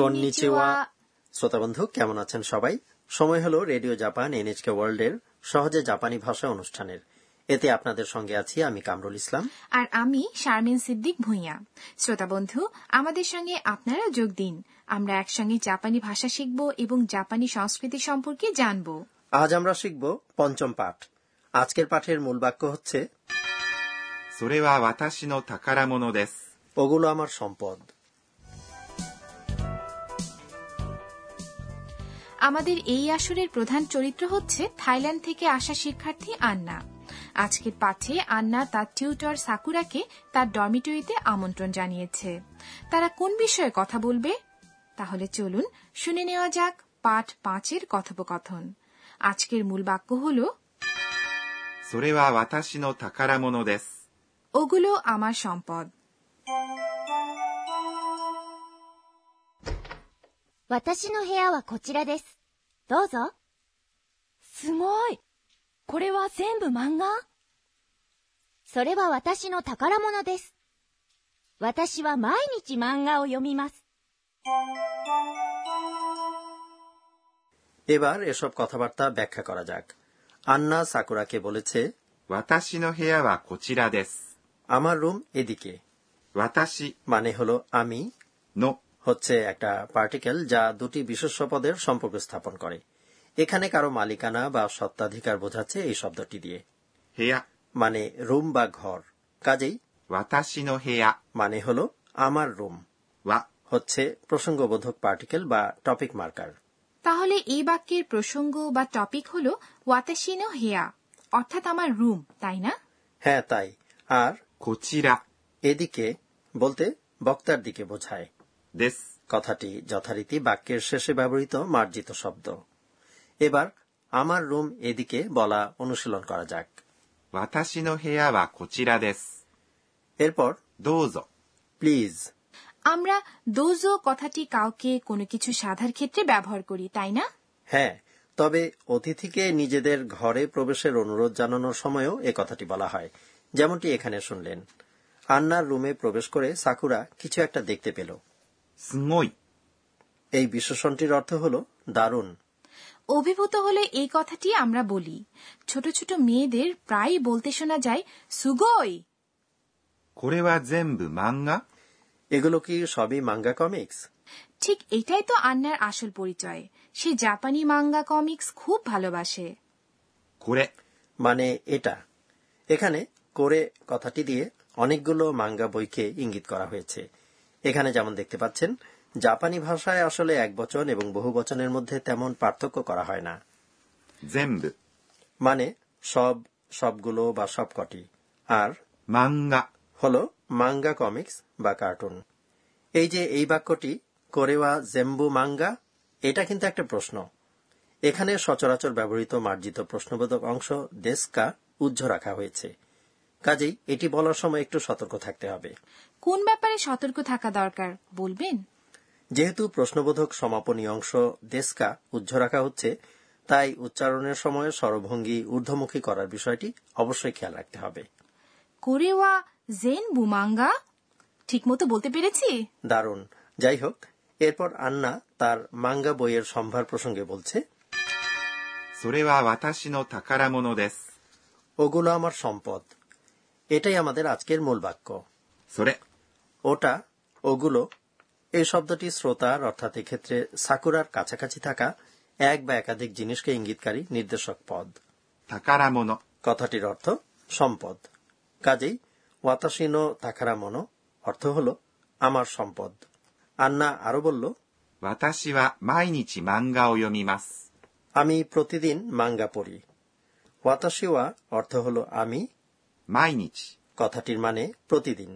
Konnichiwa. Konnichiwa. শ্রোতা বন্ধু কেমন আছেন সবাই সময় হলো রেডিও জাপান এনএচকে ওয়ার্ল্ড এর সহজে জাপানি ভাষা অনুষ্ঠানের এতে আপনাদের সঙ্গে আছি আমি কামরুল ইসলাম আর আমি শারমিন সিদ্দিক ভুঁইয়া শ্রোতা বন্ধু আমাদের সঙ্গে আপনারা যোগ দিন আমরা একসঙ্গে জাপানি ভাষা শিখব এবং জাপানি সংস্কৃতি সম্পর্কে জানব আজ আমরা শিখব পঞ্চম পাঠ আজকের পাঠের মূল বাক্য হচ্ছে それは私の宝物です。 ওগুলো আমার সম্পদ আমাদের এই আসরের প্রধান চরিত্র হচ্ছে থাইল্যান্ড থেকে আসা শিক্ষার্থী আন্না আজকের পাঠে আন্না তার টিউটর সাকুরাকে তার ডরমিটরিতে আমন্ত্রণ জানিয়েছে তারা কোন বিষয়ে কথা বলবে তাহলে চলুন শুনে নেওয়া যাক পাঠ পাঁচের কথোপকথন আজকের মূল বাক্য হলো それは私の宝物です。 ওগুলো আমার সম্পদ 私の部屋はこちらです。どうぞ。すごい。これは全部漫画それは私の宝物です。私は毎日漫画を読みます。 এবার এসব কথাবার্তা ব্যাখ্যা করা যাক আন্না সাকুরাকে বলেছে 私の部屋はこちらです。 আমার রুম এদিকে 私 মানে হলো আমি の হচ্ছে একটা পার্টিকেল যা দুটি বিশেষ্য পদের সম্পর্ক স্থাপন করে এখানে কারো মালিকানা বা সত্ত্বাধিকার বোঝাচ্ছে এই শব্দটি দিয়ে 部屋、 মানে রুম বা ঘর কাজেই 私の部屋 মানে হলো আমার রুম は হচ্ছে প্রসঙ্গবোধক পার্টিকেল বা টপিক মার্কার তাহলে এই বাক্যের প্রসঙ্গ বা টপিক হল ওয়াতাসিনো হেয়া অর্থাৎ আমার রুম তাই না হ্যাঁ তাই আর こちら এদিকে বলতে বক্তার দিকে বোঝায় です。 কথাটি যথারীতি বাক্যের শেষে ব্যবহৃত মার্জিত শব্দ এবার আমার রুম এদিকে বলা অনুশীলন করা যাক 私の部屋はこちらです。 এরপর どうぞ。 প্লিজ আমরা দোজো কথাটি কাউকে কোনো কিছু সাধার ক্ষেত্রে ব্যবহার করি তাই না হ্যাঁ তবে অতিথিকে নিজেদের ঘরে প্রবেশের অনুরোধ জানানোর সময়ও এ কথাটি বলা হয় যেমনটি এখানে শুনলেন আন্নার রুমে প্রবেশ করে সাকুরা কিছু একটা দেখতে পেল すごい。 এই বিশেষণটির অর্থ হল দারুণ অভিভূত হলে এই কথাটি আমরা বলি ছোট ছোট মেয়েদের প্রায় বলতে শোনা যায় সুগোই これは全部漫画 এগুলো কি সবই মাঙ্গা কমিক্স ঠিক এটাই তো আন্নার আসল পরিচয় সে জাপানি মাঙ্গা কমিক্স খুব ভালোবাসে これ、 মানে এটা এখানে করে কথাটি দিয়ে অনেকগুলো মাঙ্গা বইকে ইঙ্গিত করা হয়েছে এখানে যেমন দেখতে পাচ্ছেন জাপানি ভাষায় আসলে এক বচন এবং বহু বচনের মধ্যে তেমন পার্থক্য করা হয় না 全部、 মানে সব সবগুলো বা সবকটি আর 漫画 হলো মাঙ্গা কমিক্স বা কার্টুন এই যে এই বাক্যটি কোরেওয়া জেম্বু মাঙ্গা এটা কিন্তু একটা প্রশ্ন এখানে সচরাচর ব্যবহৃত মার্জিত প্রশ্নবোধক অংশ দেশকা উজ্জ্ব রাখা হয়েছে কাজেই এটি বলার সময় একটু সতর্ক থাকতে হবে কোন ব্যাপারে সতর্ক থাকা দরকার বলবেন যেহেতু প্রশ্নবোধক সমাপনী অংশ দেশকা উজ্জ্ব রাখা হচ্ছে তাই উচ্চারণের সময় স্বরভঙ্গি ঊর্ধ্বমুখী করার বিষয়টি অবশ্যই খেয়াল রাখতে হবে কোরেওয়া জেন বুমাঙ্গা ঠিকমতো বলতে পেরেছি দারুণ যাই হোক এরপর আন্না তার মাঙ্গা বইয়ের সম্ভার প্রসঙ্গে বলছে それは私の宝物です。 ওগুলো আমার সম্পদ এটাই আমাদের আজকের মূল বাক্য それ、 ওটা ওগুলো এই শব্দটি শ্রোতার অর্থাৎ এক্ষেত্রে সাকুরার কাছাকাছি থাকা এক বা একাধিক জিনিসকে ইঙ্গিতকারী নির্দেশক পদ 宝物 কথাটির অর্থ সম্পদ কাজেই ওয়াতাসিনো থাকারা মনো অর্থ হল আমার সম্পদ আন্না আরো বলল 私は毎日漫画を読みます。 আমি প্রতিদিন মাঙ্গা পড়ি ওয়াতাশিওয়া অর্থ হলো আমি 毎日、 কথাটির মানে প্রতিদিন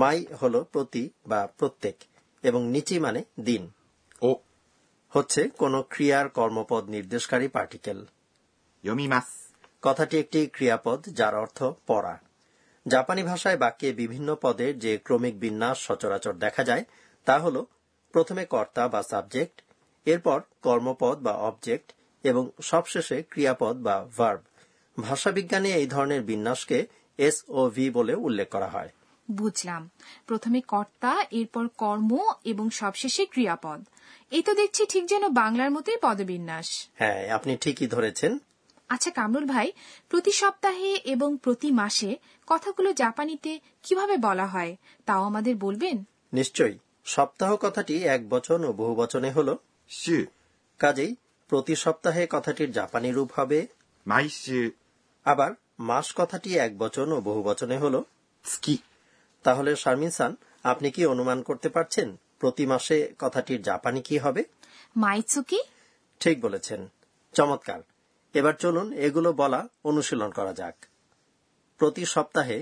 মাই হল প্রতি বা প্রত্যেক এবং নিচি মানে দিন を হচ্ছে কোন ক্রিয়ার কর্মপদ নির্দেশকারী পার্টিকেল 読みます。 কথাটি একটি ক্রিয়াপদ যার অর্থ পড়া জাপানি ভাষায় বাক্যে বিভিন্ন পদের যে ক্রমিক বিন্যাস সচরাচর দেখা যায় তা হল প্রথমে কর্তা বা সাবজেক্ট এরপর কর্মপদ বা অবজেক্ট এবং সবশেষে ক্রিয়াপদ বা ভার্ব ভাষাবিজ্ঞানে এই ধরনের বিন্যাসকে এসওভি বলে উল্লেখ করা হয় বুঝলাম প্রথমে কর্তা এরপর কর্ম এবং সবশেষে ক্রিয়াপদ এই তো দেখছি ঠিক যেন বাংলার মতোই পদবিন্যাস হ্যাঁ আপনি ঠিকই ধরেছেন আচ্ছা কামরুল ভাই প্রতি সপ্তাহে এবং প্রতি মাসে কথাগুলো জাপানিতে কিভাবে বলা হয় তাও আমাদের বলবেন নিশ্চয়ই সপ্তাহ কথাটি এক বচন ও বহু বচনে হল 週、 কাজেই প্রতি সপ্তাহে কথাটির জাপানি রূপ হবে 毎週、 আবার মাস কথাটি এক বচন ও বহু বচনে হল 月、 তাহলে শারমিন সান আপনি কি অনুমান করতে পারছেন প্রতি মাসে কথাটির জাপানি কি হবে মাইচুকি ঠিক বলেছেন চমৎকার এবার চলুন এগুলো বলা অনুশীলন করা যাক প্রতি সপ্তাহে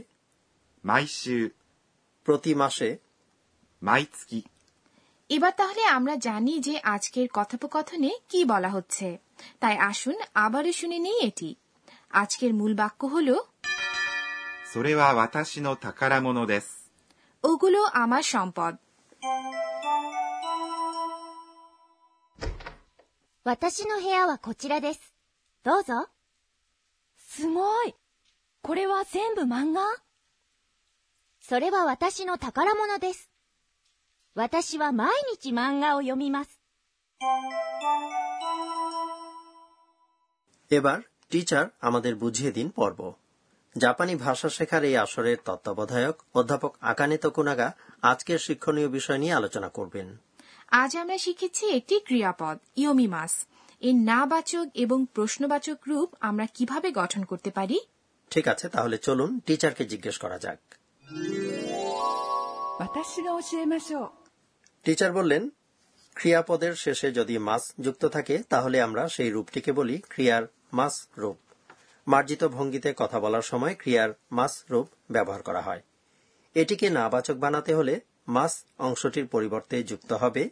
毎週、 প্রতি মাসে 毎月、 এবার তাহলে আমরা জানি যে আজকের কথোপকথনে কি বলা হচ্ছে তাই আসুন আবারও শুনে নিই এটি আজকের মূল বাক্য হল それは私の宝物です。 ওগুলো আমার সম্পদ 私の部屋はこちらです。どうぞ。すごい。これは全部漫画それは私の宝物です。私は毎日漫画を読みます。 এবার টিচার আমাদের বুঝিয়ে দিন পর্ব জাপানি ভাষা শেখার এই আসরের তত্ত্বাবধায়ক অধ্যাপক আকানে তকুনাগা আজকের শিক্ষণীয় বিষয় নিয়ে আলোচনা করবেন আজ আমরা শিখেছি একটি ক্রিয়াপদ ইয়োমিমাস এর নাবাচক এবং প্রশ্নবাচক রূপ আমরা কিভাবে গঠন করতে পারি ঠিক আছে তাহলে চলুন টিচারকে জিজ্ঞেস করা যাক 私が教えましょう টিচার বললেন ক্রিয়াপদের শেষে যদি মাস যুক্ত থাকে তাহলে আমরা সেই রূপটিকে বলি ক্রিয়ার মাস রূপ মার্জিত ভঙ্গিতে কথা বলার সময় ক্রিয়ার মাস রূপ ব্যবহার করা হয় এটিকে নাবাচক বানাতে হলে মাস অংশটির পরিবর্তে যুক্ত হবে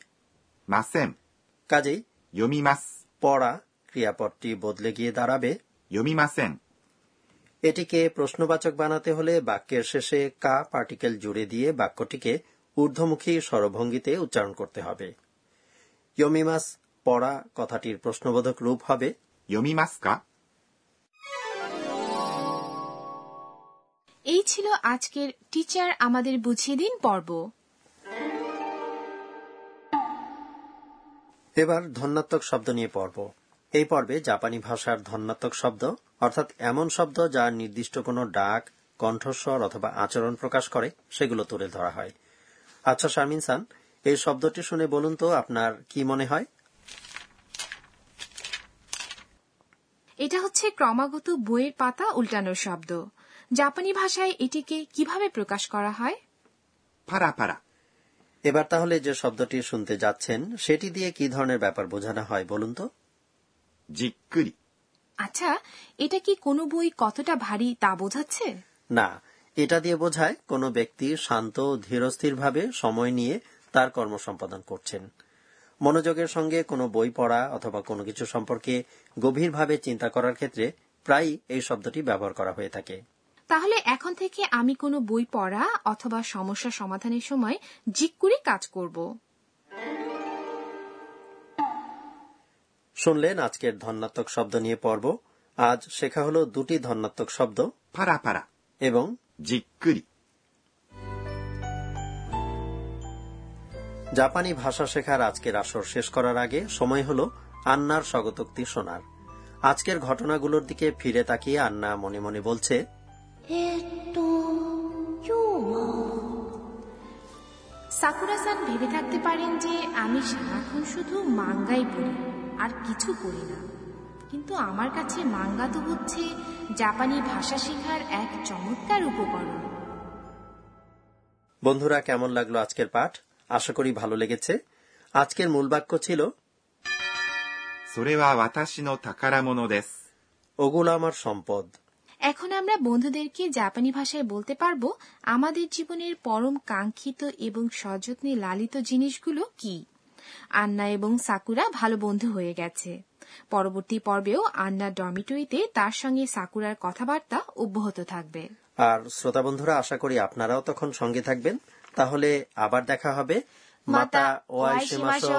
ません。 কাজেই 読みます。 পড়া ক্রিয়াপদটি বদলে গিয়ে দাঁড়াবে 読みません。 এটিকে প্রশ্নবাচক বানাতে হলে বাক্যের শেষে কা পার্টিকেল জুড়ে দিয়ে বাক্যটিকে ঊর্ধ্বমুখী স্বরভঙ্গিতে উচ্চারণ করতে হবে ইয়মিমাস পড়া কথাটির প্রশ্নবোধক রূপ হবে 読みますか এই ছিল আজকের টিচার আমাদের বুঝিয়ে দিন পর্ব এবার ধন্যাত্মক শব্দ নিয়ে পর্ব এই পর্বে জাপানি ভাষার ধন্যাত্মক শব্দ অর্থাৎ এমন শব্দ যা নির্দিষ্ট কোনো ডাক কণ্ঠস্বর অথবা আচরণ প্রকাশ করে সেগুলো তুলে ধরা হয় আচ্ছা শারমিন সান এই শব্দটি শুনে বলুন তো আপনার কি মনে হয় এটা হচ্ছে ক্রমাগত বইয়ের পাতা উল্টানোর শব্দ জাপানি ভাষায় এটিকে কিভাবে প্রকাশ করা হয় パラパラ、 এবার তাহলে যে শব্দটি শুনতে যাচ্ছেন সেটি দিয়ে কি ধরনের ব্যাপার বোঝানো হয় বলুন তো じっくり、 আচ্ছা এটা কি কোনো বই কতটা ভারী তা বোঝাচ্ছে না এটা দিয়ে বোঝায় কোনো ব্যক্তি শান্ত ও ধীরস্থিরভাবে সময় নিয়ে তার কর্ম সম্পাদন করছেন মনোযোগের সঙ্গে কোনো বই পড়া অথবা কোনো কিছু সম্পর্কে গভীরভাবে চিন্তা করার ক্ষেত্রে প্রায়ই এই শব্দটি ব্যবহার করা হয়ে থাকে তাহলে এখন থেকে আমি কোনো বই পড়া অথবা সমস্যা সমাধানের সময় জিক করে কাজ করব শুনলেন আজকের ধন্যাত্মক শব্দ নিয়ে পর্ব আজ শেখা হলো দুটি ধন্যাত্মক শব্দ パラパラ、 এবং じっくり、 জাপানি ভাষা শেখার আজকের আসর শেষ করার আগে সময় হল আন্নার স্বগতোক্তি শোনার আজকের ঘটনাগুলোর দিকে ফিরে তাকিয়ে আন্না মনে মনে বলছে えっと、今日は、 সাকুরা-সান ভেবে থাকতে পারেন যে আমি সারাক্ষণ শুধু মাঙ্গাই পড়ি আর কিছু করি না কিন্তু আমার কাছে মাঙ্গা তো হচ্ছে জাপানি ভাষা শেখার এক চমৎকার উপকরণ বন্ধুরা কেমন লাগলো আজকের পাঠ আশা করি ভালো লেগেছে আজকের মূল বাক্য ছিল それは私の宝物です。 ওগুলো আমার সম্পদ এখন আমরা বন্ধুদেরকে জাপানি ভাষায় বলতে পারবো আমাদের জীবনের পরম কাঙ্ক্ষিত এবং সযত্নে লালিত জিনিসগুলো কি আন্না এবং সাকুরা ভালো বন্ধু হয়ে গেছে পরবর্তী পর্বেও আন্না ডমিটরিতে তার সঙ্গে সাকুরার কথাবার্তা অব্যাহত থাকবে আর শ্রোতা বন্ধুরা আশা করি আপনারাও তখন সঙ্গে থাকবেন তাহলে আবার দেখা হবে মাতা ওয়াইশিমাশো।